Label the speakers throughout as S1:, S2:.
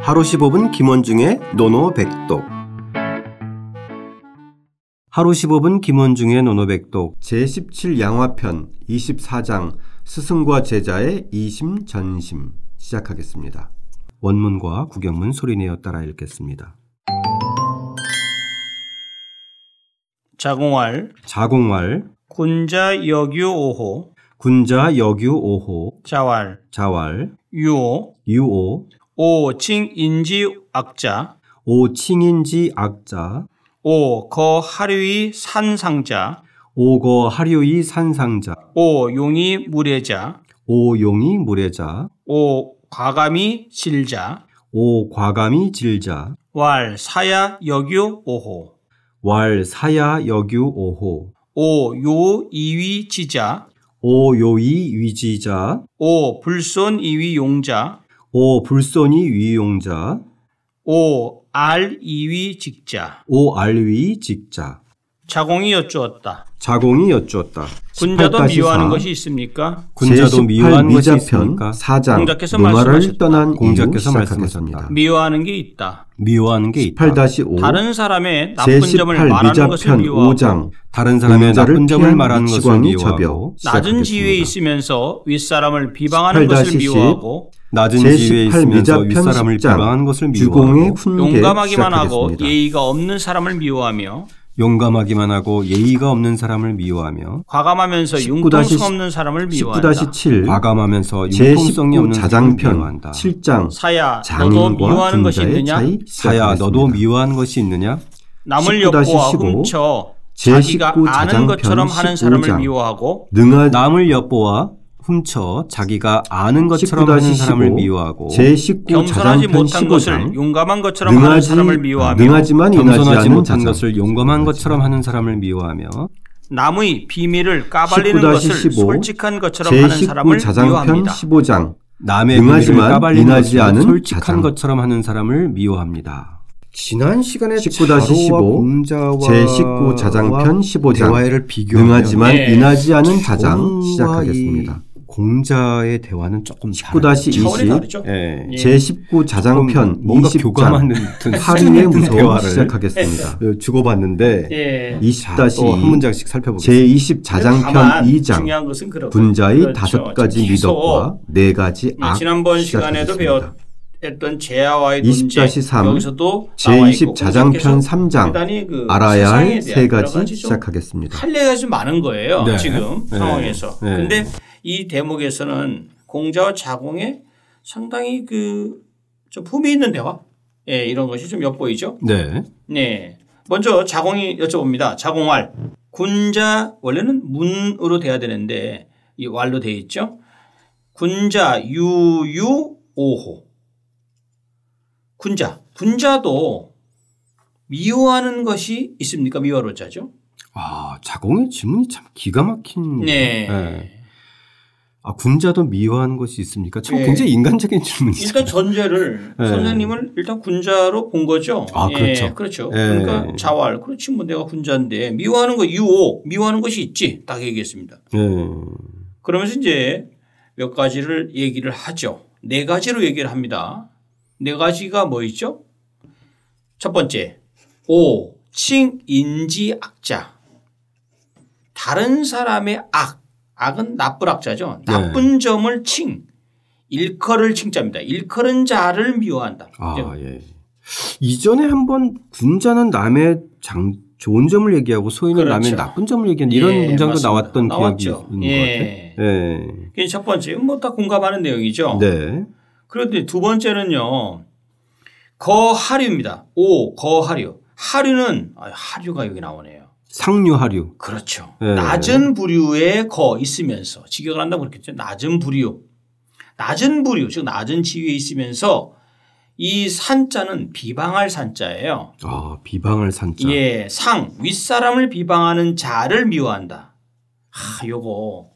S1: 하루 15분 김원중의 노노백독 하루 15분 김원중의 노노백독 제17양화편 24장 스승과 제자의 이심전심 시작하겠습니다. 원문과 구경문 소리내어 따라 읽겠습니다.
S2: 자공할
S1: 자공왈
S2: 군자 역유오호
S1: 군자 여규 5호
S2: 자활
S1: 자왈
S2: 유오
S1: 유오
S2: 오칭인지 악자
S1: 오칭인지 악자
S2: 오거 하류이 산상자
S1: 오거 하류이 산상자
S2: 오용이 무례자
S1: 오용이 무례자
S2: 오 과감이 질자
S1: 오 과감이 질자
S2: 왈 사야 역유오호
S1: 왈 사야 여규 오호
S2: 오요 이위 지자
S1: 오 요이 위지자
S2: 오 불손 이위 용자
S1: 오 불손이 위용자
S2: 오 알 이위 직자
S1: 오 알위 직자
S2: 자공이 여쭈었다.
S1: 자공이 여쭈었다
S2: 군자도
S1: 18-4.
S2: 미워하는 것이 있습니까?
S1: 군자도
S3: 제18
S1: 미워한 것이
S3: 미자편
S1: 있으니까
S2: 공자께서
S3: 4장
S2: 말씀하셨다.
S3: 노마를 떠난
S1: 공자께서
S3: 공자께서
S1: 말씀하셨다.
S3: 말씀하셨습니다.
S2: 미워하는 게 있다.
S1: 미워하는 게 있다
S3: 8-5
S2: 다른 사람의 나쁜 점을
S3: 제18
S2: 말하는 것을
S3: 미자편
S2: 미워
S3: 5장
S1: 다른 사람의
S3: 공자를
S1: 나쁜 점을
S3: 피한
S1: 말하는 것을
S3: 미치광이
S1: 미워하고
S3: 자벽.
S2: 낮은
S3: 시작하겠습니다.
S2: 지위에 있으면서 윗사람을 비방하는 것을
S3: 18-10
S2: 미워하고
S1: 낮은 지위에
S3: 제18
S1: 있으면서
S3: 미자편
S1: 윗사람을 비방하는 것을
S3: 10장 주공의
S1: 미워하고
S3: 훈계
S2: 용감하기만 하고
S3: 시작하겠습니다.
S2: 예의가 없는 사람을 미워하며
S1: 용감하기만 하고 예의가 없는 사람을 미워하며
S2: 과감하면서
S3: 19-10
S2: 융통성 없는 사람을 미워한다.
S3: 19-7
S1: 과감하면서 융통성이
S3: 제19
S1: 없는 사람을
S3: 자장편
S1: 미워한다
S3: 7장
S2: 사야 너도
S3: 장인과
S2: 미워하는 것이
S3: 군자의
S2: 있느냐?
S3: 차이
S1: 사야 너도
S3: 시작하겠습니다.
S1: 미워한 것이 있느냐
S2: 남을
S3: 19-15
S2: 엿보아 훔쳐 자기가
S3: 제19
S2: 아는 것처럼
S3: 자장편
S2: 하는 사람을
S3: 15장.
S2: 미워하고
S3: 능하지
S1: 남을 엿보아 훔쳐 자기가 아는 것처럼 하는 사람을 미워하고
S3: 제19
S2: 겸손하지
S3: 자장편
S2: 못한 것을
S3: 15장
S2: 용감한 것처럼 하는
S3: 능하지
S2: 사람을 미워하며
S3: 능하지만 인하지
S1: 겸손하지
S3: 않은
S1: 못한
S3: 자장
S1: 것을 용감한 것처럼 하는 사람을 미워하며
S2: 남의 비밀을 까발리는
S3: 19-15
S2: 것을 솔직한 것처럼 하는 사람을
S3: 제19 자장편
S2: 미워합니다.
S3: 15장
S1: 남의
S3: 능하지만
S1: 비밀을 까발리는
S3: 능하지
S1: 것을
S3: 않은
S1: 솔직한
S3: 자장.
S1: 것처럼 하는 사람을 미워합니다. 지난 시간에
S3: 19-15
S1: 자로와 공자와
S3: 제19 자장편 15장
S1: 대화를 비교하면
S3: 능하지만
S2: 네.
S3: 인하지 않은 자장
S1: 자로와
S3: 시작하겠습니다.
S1: 이 공자의 대화는 조금
S3: 19-20
S2: 차원이 다르죠.
S1: 예.
S2: 예.
S3: 제19 자장편
S1: 뭔가
S3: 20장
S1: 교감하는 듯한
S3: 하루의 무서움
S1: 대화를
S3: 시작하겠습니다.
S1: 어, 주고받는데
S2: 예.
S1: 또 한
S3: 20-2
S1: 문장씩 살펴보겠습니다.
S3: 제20
S2: 다만
S3: 자장편 2장
S2: 중요한 것은 그렇고
S3: 분자의
S2: 그렇죠.
S3: 다섯 가지
S2: 계속
S3: 미덕과 네 가지 악
S2: 지난번 시간에도
S3: 시작하겠습니다.
S2: 배웠던 제아와의 논쟁
S3: 20-3
S2: 여기서도 나와 있고
S3: 제20 자장편
S2: 공자께서
S3: 3장
S2: 대단히 그
S3: 알아야
S2: 세상에
S3: 할
S2: 대한
S3: 세
S2: 여러
S3: 가지
S2: 좀
S3: 시작하겠습니다.
S2: 할 얘기가 좀 많은 거예요.
S1: 네.
S2: 지금
S1: 네.
S2: 상황에서.
S1: 네.
S2: 근데 이 대목에서는 공자와 자공의 상당히 그좀 품이 있는 대화 예, 이런 것이 좀 엿보이죠.
S1: 네.
S2: 네. 먼저 자공이 여쭤봅니다. 자공왈. 군자 원래는 문으로 돼야 되는데 이 왈로 돼 있죠. 군자 유유오호. 군자. 군자도 미워하는 것이 있습니까? 미워로자죠.
S1: 아 자공의 질문이 참 기가 막힌.
S2: 네.
S1: 예. 아 군자도 미워한 것이 있습니까? 참
S2: 예.
S1: 굉장히 인간적인 질문이죠.
S2: 네. 일단 전제를
S1: 네.
S2: 선생님을 일단 군자로 본 거죠.
S1: 아, 그렇죠.
S2: 그렇죠.
S1: 예.
S2: 그러니까 자활. 그렇지 뭐 내가 군자인데 미워하는 거 유오. 미워하는 것이 있지. 딱 얘기했습니다.
S1: 예.
S2: 그러면서 이제 몇 가지를 얘기를 하죠. 네 가지로 얘기를 합니다. 네 가지가 뭐 있죠? 첫 번째, 오, 칭, 인지, 악자. 다른 사람의 악, 악은 나쁜 악자죠.
S1: 네.
S2: 나쁜 점을 칭, 일컬을 칭자입니다. 일컬은 자를 미워한다.
S1: 아 예. 이전에 한번 군자는 남의 장 좋은 점을 얘기하고 소인은 남의
S2: 그렇죠.
S1: 나쁜 점을 얘기하는 이런
S2: 예,
S1: 문장도
S2: 맞습니다.
S1: 나왔던 기억이
S2: 나왔죠.
S1: 있는
S2: 예.
S1: 것 같아요. 예.
S2: 그게 첫 번째, 뭐 다 공감하는 내용이죠.
S1: 네.
S2: 그런데 두 번째는요. 거하류입니다. 오, 거하류. 하류는 아, 하류가 여기 나오네요.
S1: 상류하류.
S2: 그렇죠.
S1: 네.
S2: 낮은 부류에 거 있으면서 직역을 한다고 그랬겠죠. 낮은 부류. 낮은 부류, 즉 낮은 지위에 있으면서 이 산자는 비방할 산자예요.
S1: 아 비방을 산자.
S2: 예, 상 윗사람을 비방하는 자를 미워한다. 하, 요거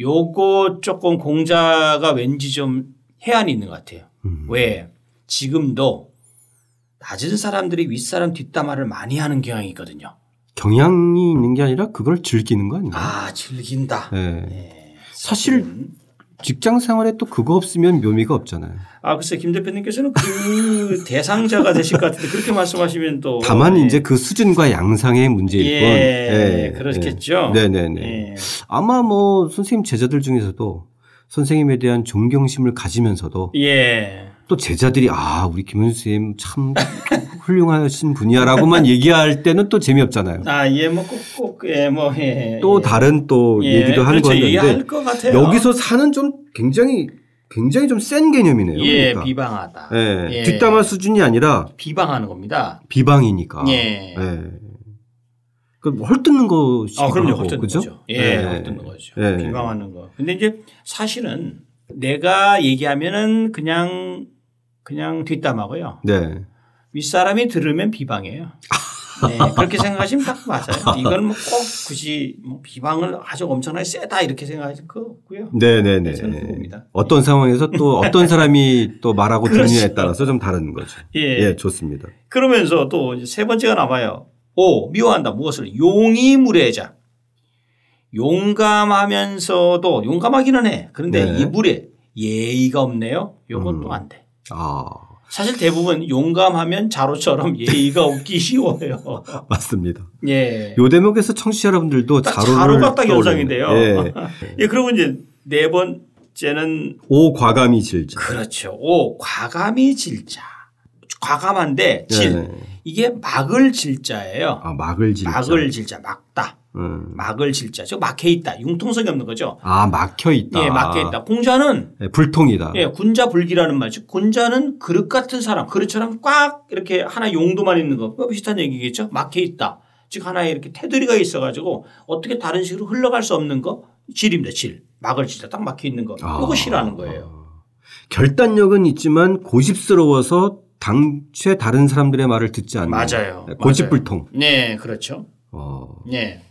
S2: 요거 조금 공자가 왠지 좀 해안이 있는 것 같아요.
S1: 음.
S2: 왜 지금도 낮은 사람들이 윗사람 뒷담화를 많이 하는 경향이 있거든요.
S1: 경향이 있는 게 아니라 그걸 즐기는 거 아닌가?
S2: 아 즐긴다.
S1: 예.
S2: 네,
S1: 사실
S2: 지금
S3: 직장 생활에 또 그거 없으면 묘미가 없잖아요.
S2: 아 글쎄 김 대표님께서는 그 대상자가 되실 것 같은데 그렇게 말씀하시면 또
S3: 다만
S2: 예.
S3: 이제 그 수준과 양상의 문제일
S2: 예,
S3: 뿐.
S2: 그렇겠죠.
S3: 네, 네, 네.
S2: 예.
S3: 아마 뭐 선생님 제자들 중에서도 선생님에 대한 존경심을 가지면서도
S2: 예.
S3: 또 제자들이 아 우리 김현수 선생님 참 훌륭하신 분이야라고만 얘기할 때는 또 재미없잖아요.
S2: 아, 예, 뭐, 꼭, 꼭, 예, 뭐, 예.
S3: 또
S2: 예.
S3: 다른 또
S2: 예,
S3: 얘기도 하는
S2: 그렇죠.
S3: 건데
S2: 이해할 것 같아요.
S3: 여기서 사는 좀 굉장히 굉장히 좀 센 개념이네요.
S2: 예,
S3: 그러니까.
S2: 비방하다.
S3: 예,
S2: 예.
S3: 뒷담화 수준이 아니라
S2: 비방하는 겁니다.
S3: 비방이니까.
S2: 예.
S3: 네. 그 헐뜯는 것이.
S2: 아, 그럼요. 헐뜯는
S3: 그죠?
S2: 거죠. 예,
S3: 네.
S2: 헐뜯는 거죠.
S3: 네.
S2: 비방하는 거. 근데 이제 사실은 내가 얘기하면은 그냥 그냥 뒷담하고요.
S3: 네.
S2: 윗사람이 들으면 비방이에요. 네, 그렇게 생각하시면 딱 맞아요. 이건 뭐 꼭 굳이 뭐 비방을 아주 엄청나게 세다 이렇게 생각하실 거 없고요.
S3: 네네네.
S2: 저는 그겁니다.
S3: 어떤 상황에서 또 어떤 사람이 또 말하고
S2: 그렇죠.
S3: 듣느냐에 따라서 좀 다른 거죠.
S2: 예.
S3: 좋습니다.
S2: 그러면서 또 세 번째가 남아요. 오, 미워한다. 무엇을? 용이 무례자. 용감하면서도 용감하기는 해. 그런데
S3: 네.
S2: 이 무례 예의가 없네요. 요건
S3: 음.
S2: 또 안 돼.
S3: 아
S2: 사실 대부분 용감하면 자로처럼 예의가 없기 쉬워요.
S3: 맞습니다.
S2: 예.
S3: 요 대목에서 청취자 여러분들도
S2: 딱
S3: 자로를
S2: 자로가 딱
S3: 떠올리는,
S2: 연상인데요.
S3: 예.
S2: 예, 그리고 이제 네 번째는
S3: 오 과감히 질자.
S2: 그렇죠. 오, 과감히 질자. 과감한데 질.
S3: 네.
S2: 이게 막을 질자예요.
S3: 아 막을 질자.
S2: 막을 질자, 막다.
S3: 음.
S2: 막을 질자. 즉 막혀 있다. 융통성이 없는 거죠.
S3: 아 막혀 있다.
S2: 예, 막혀 있다. 공자는
S3: 예, 불통이다.
S2: 예, 군자 불기라는 말. 즉 군자는 그릇 같은 사람, 그릇처럼 꽉 이렇게 하나 용도만 있는 거. 그거 비슷한 얘기겠죠. 막혀 있다. 즉 하나의 이렇게 테두리가 있어 가지고 어떻게 다른 식으로 흘러갈 수 없는 거 질입니다. 질. 막을 질자 딱 막혀 있는 거.
S3: 아.
S2: 이거 싫어하는 거예요.
S3: 결단력은 있지만 고집스러워서 당최 다른 사람들의 말을 듣지 않는 예,
S2: 맞아요.
S3: 고집불통.
S2: 네, 그렇죠.
S3: 어,
S2: 네.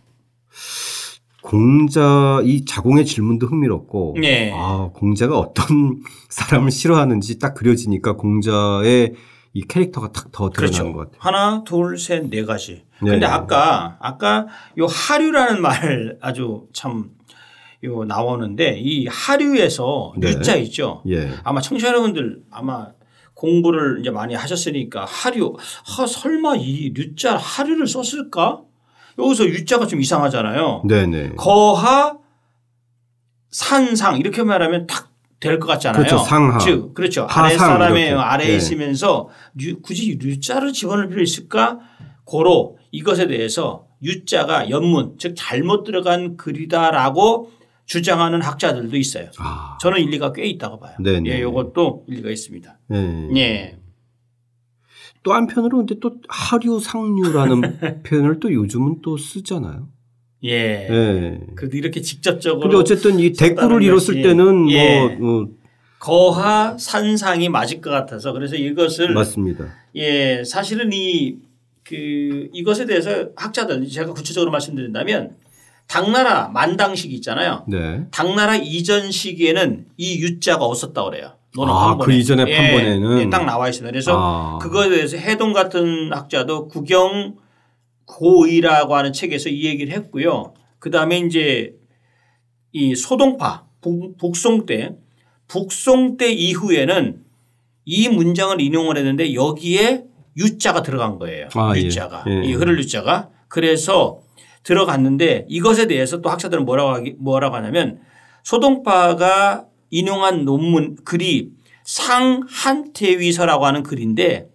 S3: 공자 이 자공의 질문도 흥미롭고
S2: 네.
S3: 아, 공자가 어떤 사람을 싫어하는지 딱 그려지니까 공자의 이 캐릭터가 딱 더 드러나는
S2: 그렇죠.
S3: 것 같아요.
S2: 하나, 둘, 셋, 네 가지.
S3: 네.
S2: 근데 아까 아까 요 하류라는 말 아주 참 요 나오는데 이 하류에서
S3: 네.
S2: 유자 있죠.
S3: 예.
S2: 아마 청취자 여러분들 아마 공부를 이제 많이 하셨으니까 하류 아, 설마 이 류자 하류를 썼을까? 여기서 유자가 좀 이상하잖아요.
S3: 네네.
S2: 거하 산상 이렇게 말하면 딱 될 것 같잖아요.
S3: 그렇죠. 상하.
S2: 즉 그렇죠.
S3: 하상
S2: 아래 사람의
S3: 이렇게.
S2: 아래에
S3: 예.
S2: 있으면서 유- 굳이 유자를 집어넣을 필요 있을까? 고로 이것에 대해서 유자가 연문 즉 잘못 들어간 글이다라고 주장하는 학자들도 있어요.
S3: 아,
S2: 저는 일리가 꽤 있다고 봐요.
S3: 네네.
S2: 예, 이것도 일리가 있습니다.
S3: 예.
S2: 예.
S3: 또 한편으로 근데 또 하류 상류라는 표현을 또 요즘은 또 쓰잖아요.
S2: 예.
S3: 예.
S2: 그래도 이렇게
S3: 근데
S2: 직접적으로
S3: 어쨌든 이
S2: 썼다는
S3: 대꾸를 이뤘을
S2: 것이-
S3: 때는
S2: 예.
S3: 뭐 어,
S2: 거하 산상이 맞을 것 같아서 그래서 이것을
S3: 맞습니다.
S2: 예, 사실은 이 그 이것에 대해서 학자들 제가 구체적으로 말씀드린다면 당나라 만당식 있잖아요.
S3: 네.
S2: 당나라 이전 시기에는 이 유자가 없었다 그래요. 논어
S3: 아,
S2: 판본에.
S3: 그 이전의
S2: 예,
S3: 판본에는?
S2: 예, 딱 나와 있습니다. 그래서
S3: 아.
S2: 그거에 대해서 해동 같은 학자도 구경 고의라고 하는 책에서 이 얘기를 했고요. 그 다음에 이제 이 소동파 북, 북송 때 북송 때 이후에는 이 문장을 인용을 했는데 여기에 유자가 들어간 거예요.
S3: 아, 예.
S2: 유자가
S3: 예.
S2: 이 흐를 유자가 그래서 들어갔는데 이것에 대해서 또 학자들은 뭐라고 하기, 뭐라고 하냐면 소동파가 인용한 논문 글이 상한태위서라고 하는 글인데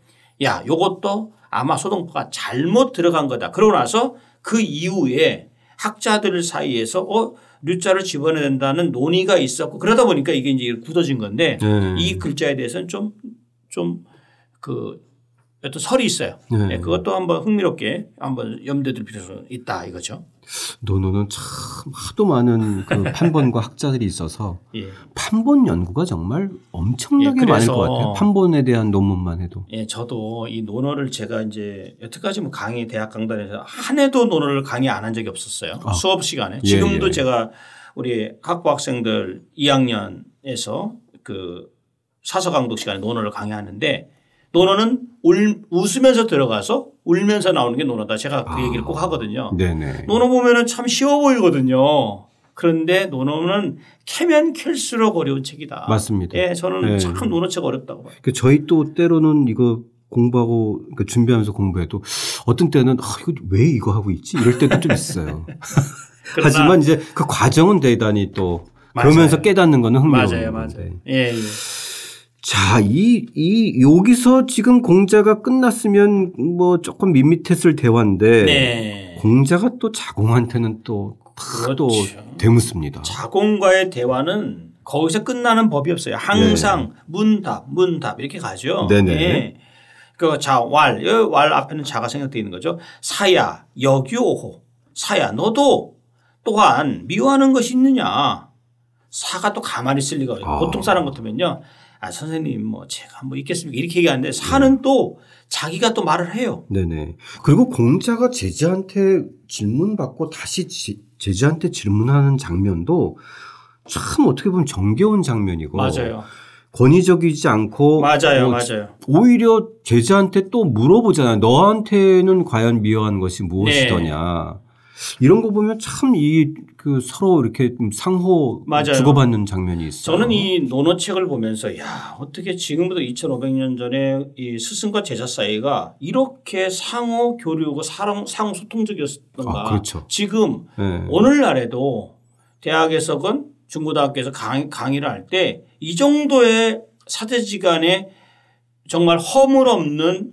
S2: 야, 요것도 아마 소동파가 잘못 들어간 거다. 그러고 나서 그 이후에 학자들 사이에서 어, 류자를 집어넣어야 된다는 논의가 있었고 그러다 보니까 이게 이제 굳어진 건데
S3: 네.
S2: 이 글자에 대해서는 좀 좀 그 어떤 설이 있어요.
S3: 네.
S2: 네, 그것도 한번 흥미롭게 한번 염두에 둘 필요가 있다 이거죠.
S3: 논어는 참 하도 많은 그 판본과 학자들이 있어서
S2: 예.
S3: 판본 연구가 정말 엄청나게
S2: 예,
S3: 많을
S2: 그래서-
S3: 것 같아요. 판본에 대한 논문만 해도.
S2: 예, 저도 이 논어를 제가 이제 여태까지 뭐 강의 대학 강단에서 한 해도 논어를 강의 안 한 적이 없었어요.
S3: 아.
S2: 수업 시간에.
S3: 예,
S2: 지금도
S3: 예.
S2: 제가 우리 학부 학생들 2학년에서 그 사서 강독 시간에 논어를 강의하는데 논어는 울, 웃으면서 들어가서 울면서 나오는 게 논어다. 제가 그
S3: 아.
S2: 얘기를 꼭 하거든요.
S3: 네네.
S2: 논어 보면은 참 쉬워 보이거든요. 그런데 논어는 캐면 캘수록 어려운 책이다.
S3: 맞습니다.
S2: 예, 저는
S3: 예.
S2: 참 논어책 어렵다고 봐요.
S3: 그 저희 또 때로는 이거 공부하고 그러니까 준비하면서 공부해도 어떤 때는 아, 이거 왜 이거 하고 있지 이럴 때도 좀 있어요.
S2: 그러나
S3: 하지만 이제 그 과정은 대단히 또
S2: 맞아요.
S3: 그러면서 깨닫는 거는 흥미로운데.
S2: 맞아요, 맞아요. 예, 예.
S3: 자, 이, 이, 여기서 지금 공자가 끝났으면 뭐 조금 밋밋했을 대화인데
S2: 네.
S3: 공자가 또 자공한테는 또, 다
S2: 그렇죠.
S3: 또 대묻습니다.
S2: 자공과의 대화는 거기서 끝나는 법이 없어요. 항상 문답, 문답 이렇게 가죠.
S3: 네. 네네.
S2: 예. 그 자, 왈, 여왈 앞에는 자가 생략되어 있는 거죠. 사야, 여교호. 사야, 너도 또한 미워하는 것이 있느냐. 사가 또 가만히 있을 리가 없어요.
S3: 아.
S2: 보통 사람 같으면요. 아, 선생님, 뭐, 제가 뭐 있겠습니까? 이렇게 얘기하는데
S3: 네.
S2: 사는 또 자기가 또 말을 해요.
S3: 네네. 그리고 공자가 제자한테 질문받고 다시 지- 제자한테 질문하는 장면도 참 어떻게 보면 정겨운 장면이고
S2: 맞아요.
S3: 권위적이지 않고
S2: 맞아요.
S3: 뭐
S2: 맞아요.
S3: 오히려 제자한테 또 물어보잖아요. 너한테는 과연 미워한 것이 무엇이더냐.
S2: 네.
S3: 이런 거 보면 참 이 그 서로 이렇게 좀 상호
S2: 맞아요.
S3: 주고받는 장면이 있어요.
S2: 저는 이 논어책을 보면서 야 어떻게 지금부터 2,500년 전에 이 스승과 제자 사이가 이렇게 상호 교류고 사랑 상호 소통적이었던가.
S3: 아, 그렇죠.
S2: 지금
S3: 네.
S2: 오늘날에도 대학에서건 중고등학교에서 강, 강의를 할 때 이 정도의 사대지간에 정말 허물없는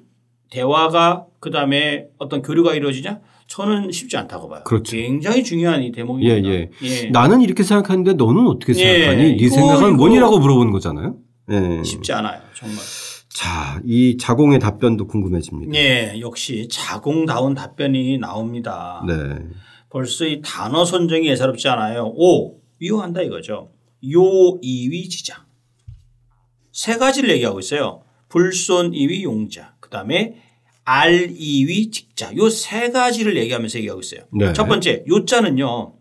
S2: 대화가 그 다음에 어떤 교류가 이루어지냐? 저는 쉽지 않다고 봐요.
S3: 그렇죠.
S2: 굉장히 중요한 이 대목입니다.
S3: 예, 나는 이렇게 생각하는데 너는 어떻게
S2: 예,
S3: 생각하니? 네
S2: 이거,
S3: 생각은
S2: 이거.
S3: 뭐니라고 물어보는 거잖아요. 예.
S2: 쉽지 않아요. 정말.
S3: 자, 이 자공의 답변도 궁금해집니다.
S2: 예, 역시 자공다운 답변이 나옵니다.
S3: 네.
S2: 벌써 이 단어 선정이 예사롭지 않아요. 오, 미워한다 이거죠. 요, 이위, 지자. 세 가지를 얘기하고 있어요. 불손, 이위, 용자. 그 다음에 알, 이위, 직자. 요 세 가지를 얘기하면서 얘기하고 있어요.
S3: 네.
S2: 첫 번째, 요자는요.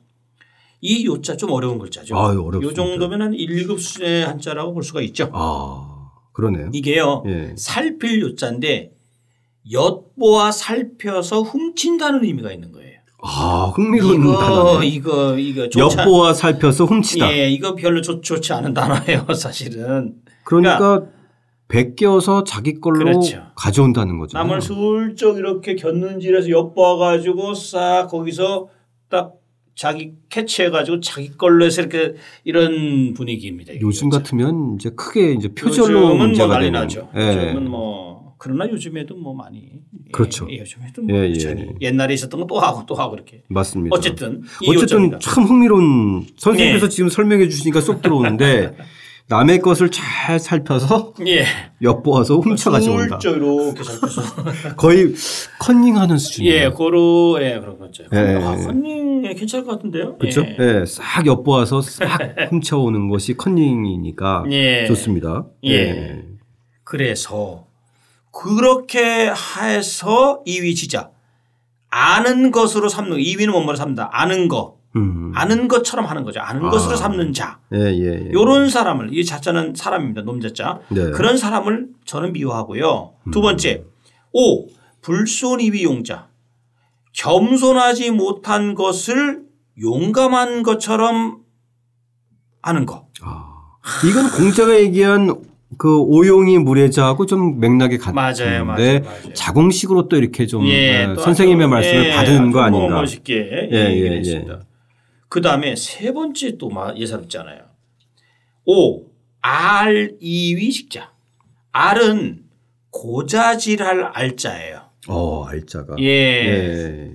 S2: 이 요자 좀 어려운 글자죠.
S3: 아유, 어렵습니다.
S2: 요 정도면 한 1급 수준의 한자라고 볼 수가 있죠.
S3: 아, 그러네요.
S2: 이게요.
S3: 예.
S2: 살필 요자인데 엿보아 살펴서 훔친다는 의미가 있는 거예요.
S3: 아, 흥미로운
S2: 이거
S3: 단어네.
S2: 이거 이거 좋지 않-
S3: 엿보아 살펴서 훔치다.
S2: 예, 이거 별로 좋, 좋지 않은 단어예요, 사실은.
S3: 그러니까 베껴서 자기 걸로
S2: 그렇죠.
S3: 가져온다는 거죠.
S2: 남을 슬쩍 이렇게 곁눈질해서 엿보아 가지고 싹 거기서 딱 자기 캐치해 가지고 자기 걸로 해서 이렇게 이런 분위기입니다. 이게
S3: 요즘
S2: 요자.
S3: 같으면 이제 크게 이제 표절로
S2: 그 요즘은
S3: 문제가
S2: 뭐 난리
S3: 되는.
S2: 나죠.
S3: 예.
S2: 요즘은 뭐 그러나 요즘에도 뭐 많이 예,
S3: 그렇죠.
S2: 예, 요즘에도 뭐
S3: 예, 예.
S2: 여전히 옛날에 있었던 거 또 하고 또 하고 이렇게.
S3: 맞습니다.
S2: 어쨌든 이
S3: 어쨌든
S2: 요점이다.
S3: 참 흥미로운 선생님께서 지금 설명해 주시니까 쏙 들어오는데 남의 것을 잘 살펴서
S2: 예.
S3: 엿보아서 훔쳐 가져온다.
S2: 술적 이렇게 살펴서
S3: 거의 커닝하는 수준이에요.
S2: 예, 고로 예 그런 거죠.
S3: 예, 예,
S2: 아,
S3: 예.
S2: 컨닝 예, 괜찮을 것 같은데요.
S3: 그렇죠?
S2: 예.
S3: 예, 싹 엿보아서 싹 훔쳐오는 것이 커닝이니까
S2: 예.
S3: 좋습니다.
S2: 예. 그래서 그렇게 해서 2위 지자 아는 것으로 삼는 2위는 뭔말로 삼다. 아는 거,
S3: 음.
S2: 아는 것처럼 하는 거죠. 아는 것으로
S3: 아.
S2: 삼는 자.
S3: 예, 예, 예.
S2: 요런 사람을 이 자자는 사람입니다. 놈자자.
S3: 네.
S2: 그런 사람을 저는 미워하고요. 두 번째. 오 불손이위 용자. 겸손하지 못한 것을 용감한 것처럼 하는 거.
S3: 아, 이건 공자가 얘기한 그 오용이 무례자하고 좀 맥락이
S2: 맞아요,
S3: 같은데
S2: 맞아요, 맞아요.
S3: 네. 자공식으로 또 이렇게 좀
S2: 예,
S3: 어,
S2: 또
S3: 선생님의
S2: 아주,
S3: 말씀을
S2: 예,
S3: 받은 거
S2: 아주 뭐
S3: 아닌가.
S2: 멋있게
S3: 예,
S2: 얘기를
S3: 예,
S2: 했습니다. 그 다음에 세 번째 또 마- 예사롭잖아요. 오 알, 이위, 식자. 알은 고자질할 알자예요.
S3: 어, 알자가.
S2: 예.
S3: 예.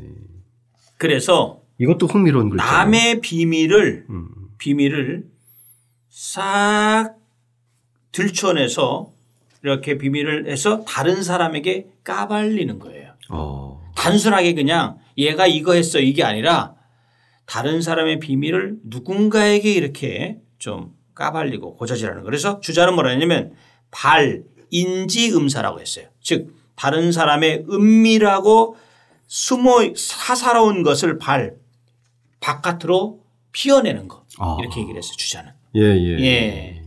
S2: 그래서
S3: 이것도 흥미로운 글자.
S2: 남의 비밀을
S3: 음.
S2: 비밀을 싹 들춰내서 이렇게 비밀을 해서 다른 사람에게 까발리는 거예요.
S3: 어.
S2: 단순하게 그냥 얘가 이거 했어 이게 아니라 다른 사람의 비밀을 누군가에게 이렇게 좀 까발리고 고자질하는 거. 그래서 주자는 뭐라 했냐면 발 인지 음사라고 했어요. 즉 다른 사람의 은밀하고 숨어 사사로운 것을 발 바깥으로 피어내는 거
S3: 아.
S2: 이렇게 얘기를 했어요. 주자는.
S3: 예, 예.
S2: 예.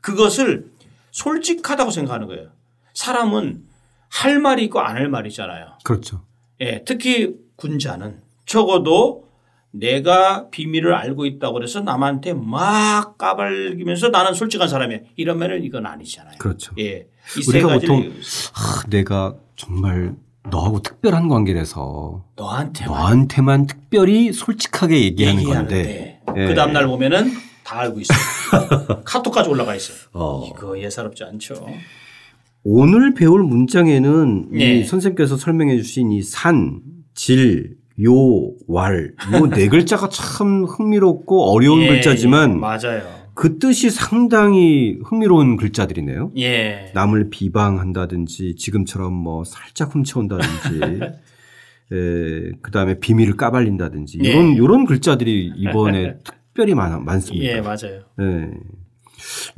S2: 그것을 솔직하다고 생각하는 거예요. 사람은 할 말이 있고 안 할 말이잖아요.
S3: 그렇죠.
S2: 예, 특히 군자는 적어도 내가 비밀을 알고 있다고 그래서 남한테 막 까발기면서 나는 솔직한 사람이야. 이러면은 이건 아니잖아요.
S3: 그렇죠.
S2: 예. 이 세
S3: 우리가
S2: 가지를
S3: 보통- 아, 내가 정말 너하고 특별한 관계라서
S2: 너한테만
S3: 너한테만 특별히 솔직하게 얘기하는 건데. 예.
S2: 얘기하는데 그 다음 날 보면은 다 알고 있어. 요 카톡까지 올라가 있어. 요
S3: 어.
S2: 이거 예사롭지 않죠.
S3: 오늘 배울 문장에는
S2: 네.
S3: 이 선생님께서 설명해 주신 이 산, 질, 요, 왈, 요 네 글자가 참 흥미롭고 어려운
S2: 예, 예,
S3: 글자지만
S2: 맞아요.
S3: 그 뜻이 상당히 흥미로운 글자들이네요.
S2: 예.
S3: 남을 비방한다든지 지금처럼 뭐 살짝 훔쳐온다든지 에, 그다음에 비밀을 까발린다든지
S2: 예.
S3: 이런 이런 글자들이 이번에 특별히 많, 많습니다.
S2: 예, 맞아요.
S3: 예.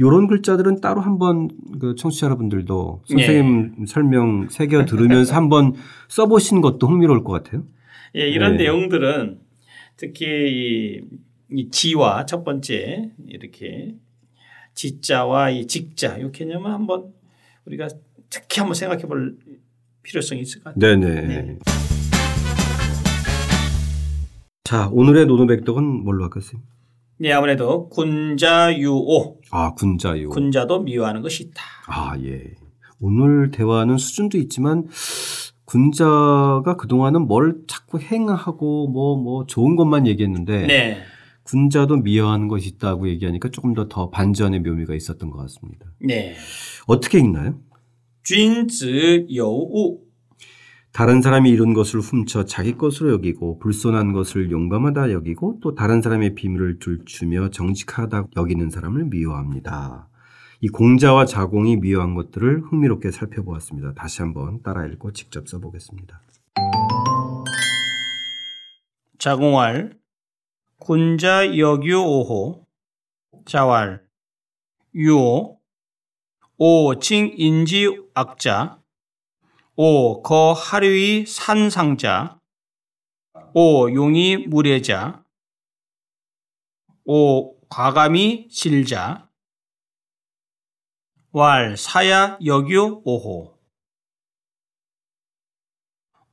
S3: 요런 글자들은 따로 한번 그 청취자 여러분들도 선생님 설명 새겨 들으면서 한번 써보신 것도 흥미로울 것 같아요.
S2: 예, 이런
S3: 네.
S2: 내용들은 특히 이, 이 지와 첫 번째 이렇게 지자와 이 직자 이 개념은 한번 우리가 특히 한번 생각해 볼 필요성이 있을 것 같아요.
S3: 네네.
S2: 네.
S3: 자, 오늘의 노노백덕은 뭘로 할까요? 선생님?
S2: 예, 아무래도 군자유오
S3: 아, 군자요.
S2: 군자도 미워하는 것이 있다.
S3: 아, 예. 오늘 대화는 수준도 있지만 군자가 그동안은 뭘 자꾸 행하고 뭐 뭐 좋은 것만 얘기했는데
S2: 네.
S3: 군자도 미워하는 것이 있다고 얘기하니까 조금 더 더 반전의 묘미가 있었던 것 같습니다.
S2: 네.
S3: 어떻게 읽나요?
S2: 준즈여우
S3: 다른 사람이 이룬 것을 훔쳐 자기 것으로 여기고 불손한 것을 용감하다 여기고 또 다른 사람의 비밀을 들추며 정직하다 여기는 사람을 미워합니다. 이 공자와 자공이 미워한 것들을 흥미롭게 살펴보았습니다. 다시 한번 따라 읽고 직접 써보겠습니다.
S2: 자공활 군자 역유오호 자활 유오 오칭 인지 악자 오거 하류이 산상자 오 용이 무례자 오 과감이 질자 왈 사야 역유오호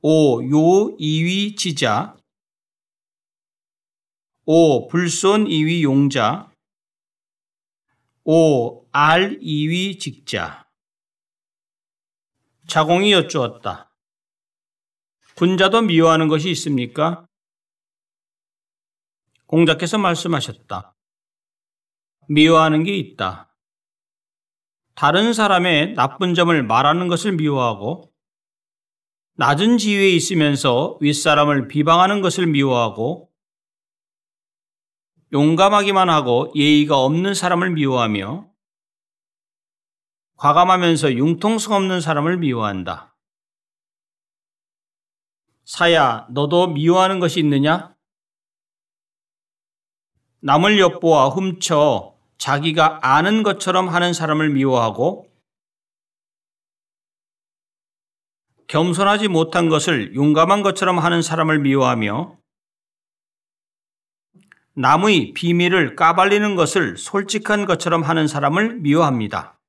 S2: 오요 이위 지자 오 불손 이위 용자 오 알 이위 직자 자공이 여쭈었다. 군자도 미워하는 것이 있습니까? 공자께서 말씀하셨다. 미워하는 게 있다. 다른 사람의 나쁜 점을 말하는 것을 미워하고 낮은 지위에 있으면서 윗사람을 비방하는 것을 미워하고 용감하기만 하고 예의가 없는 사람을 미워하며 과감하면서 융통성 없는 사람을 미워한다. 사야, 너도 미워하는 것이 있느냐? 남을 엿보아 훔쳐 자기가 아는 것처럼 하는 사람을 미워하고 겸손하지 못한 것을 용감한 것처럼 하는 사람을 미워하며 남의 비밀을 까발리는 것을 솔직한 것처럼 하는 사람을 미워합니다.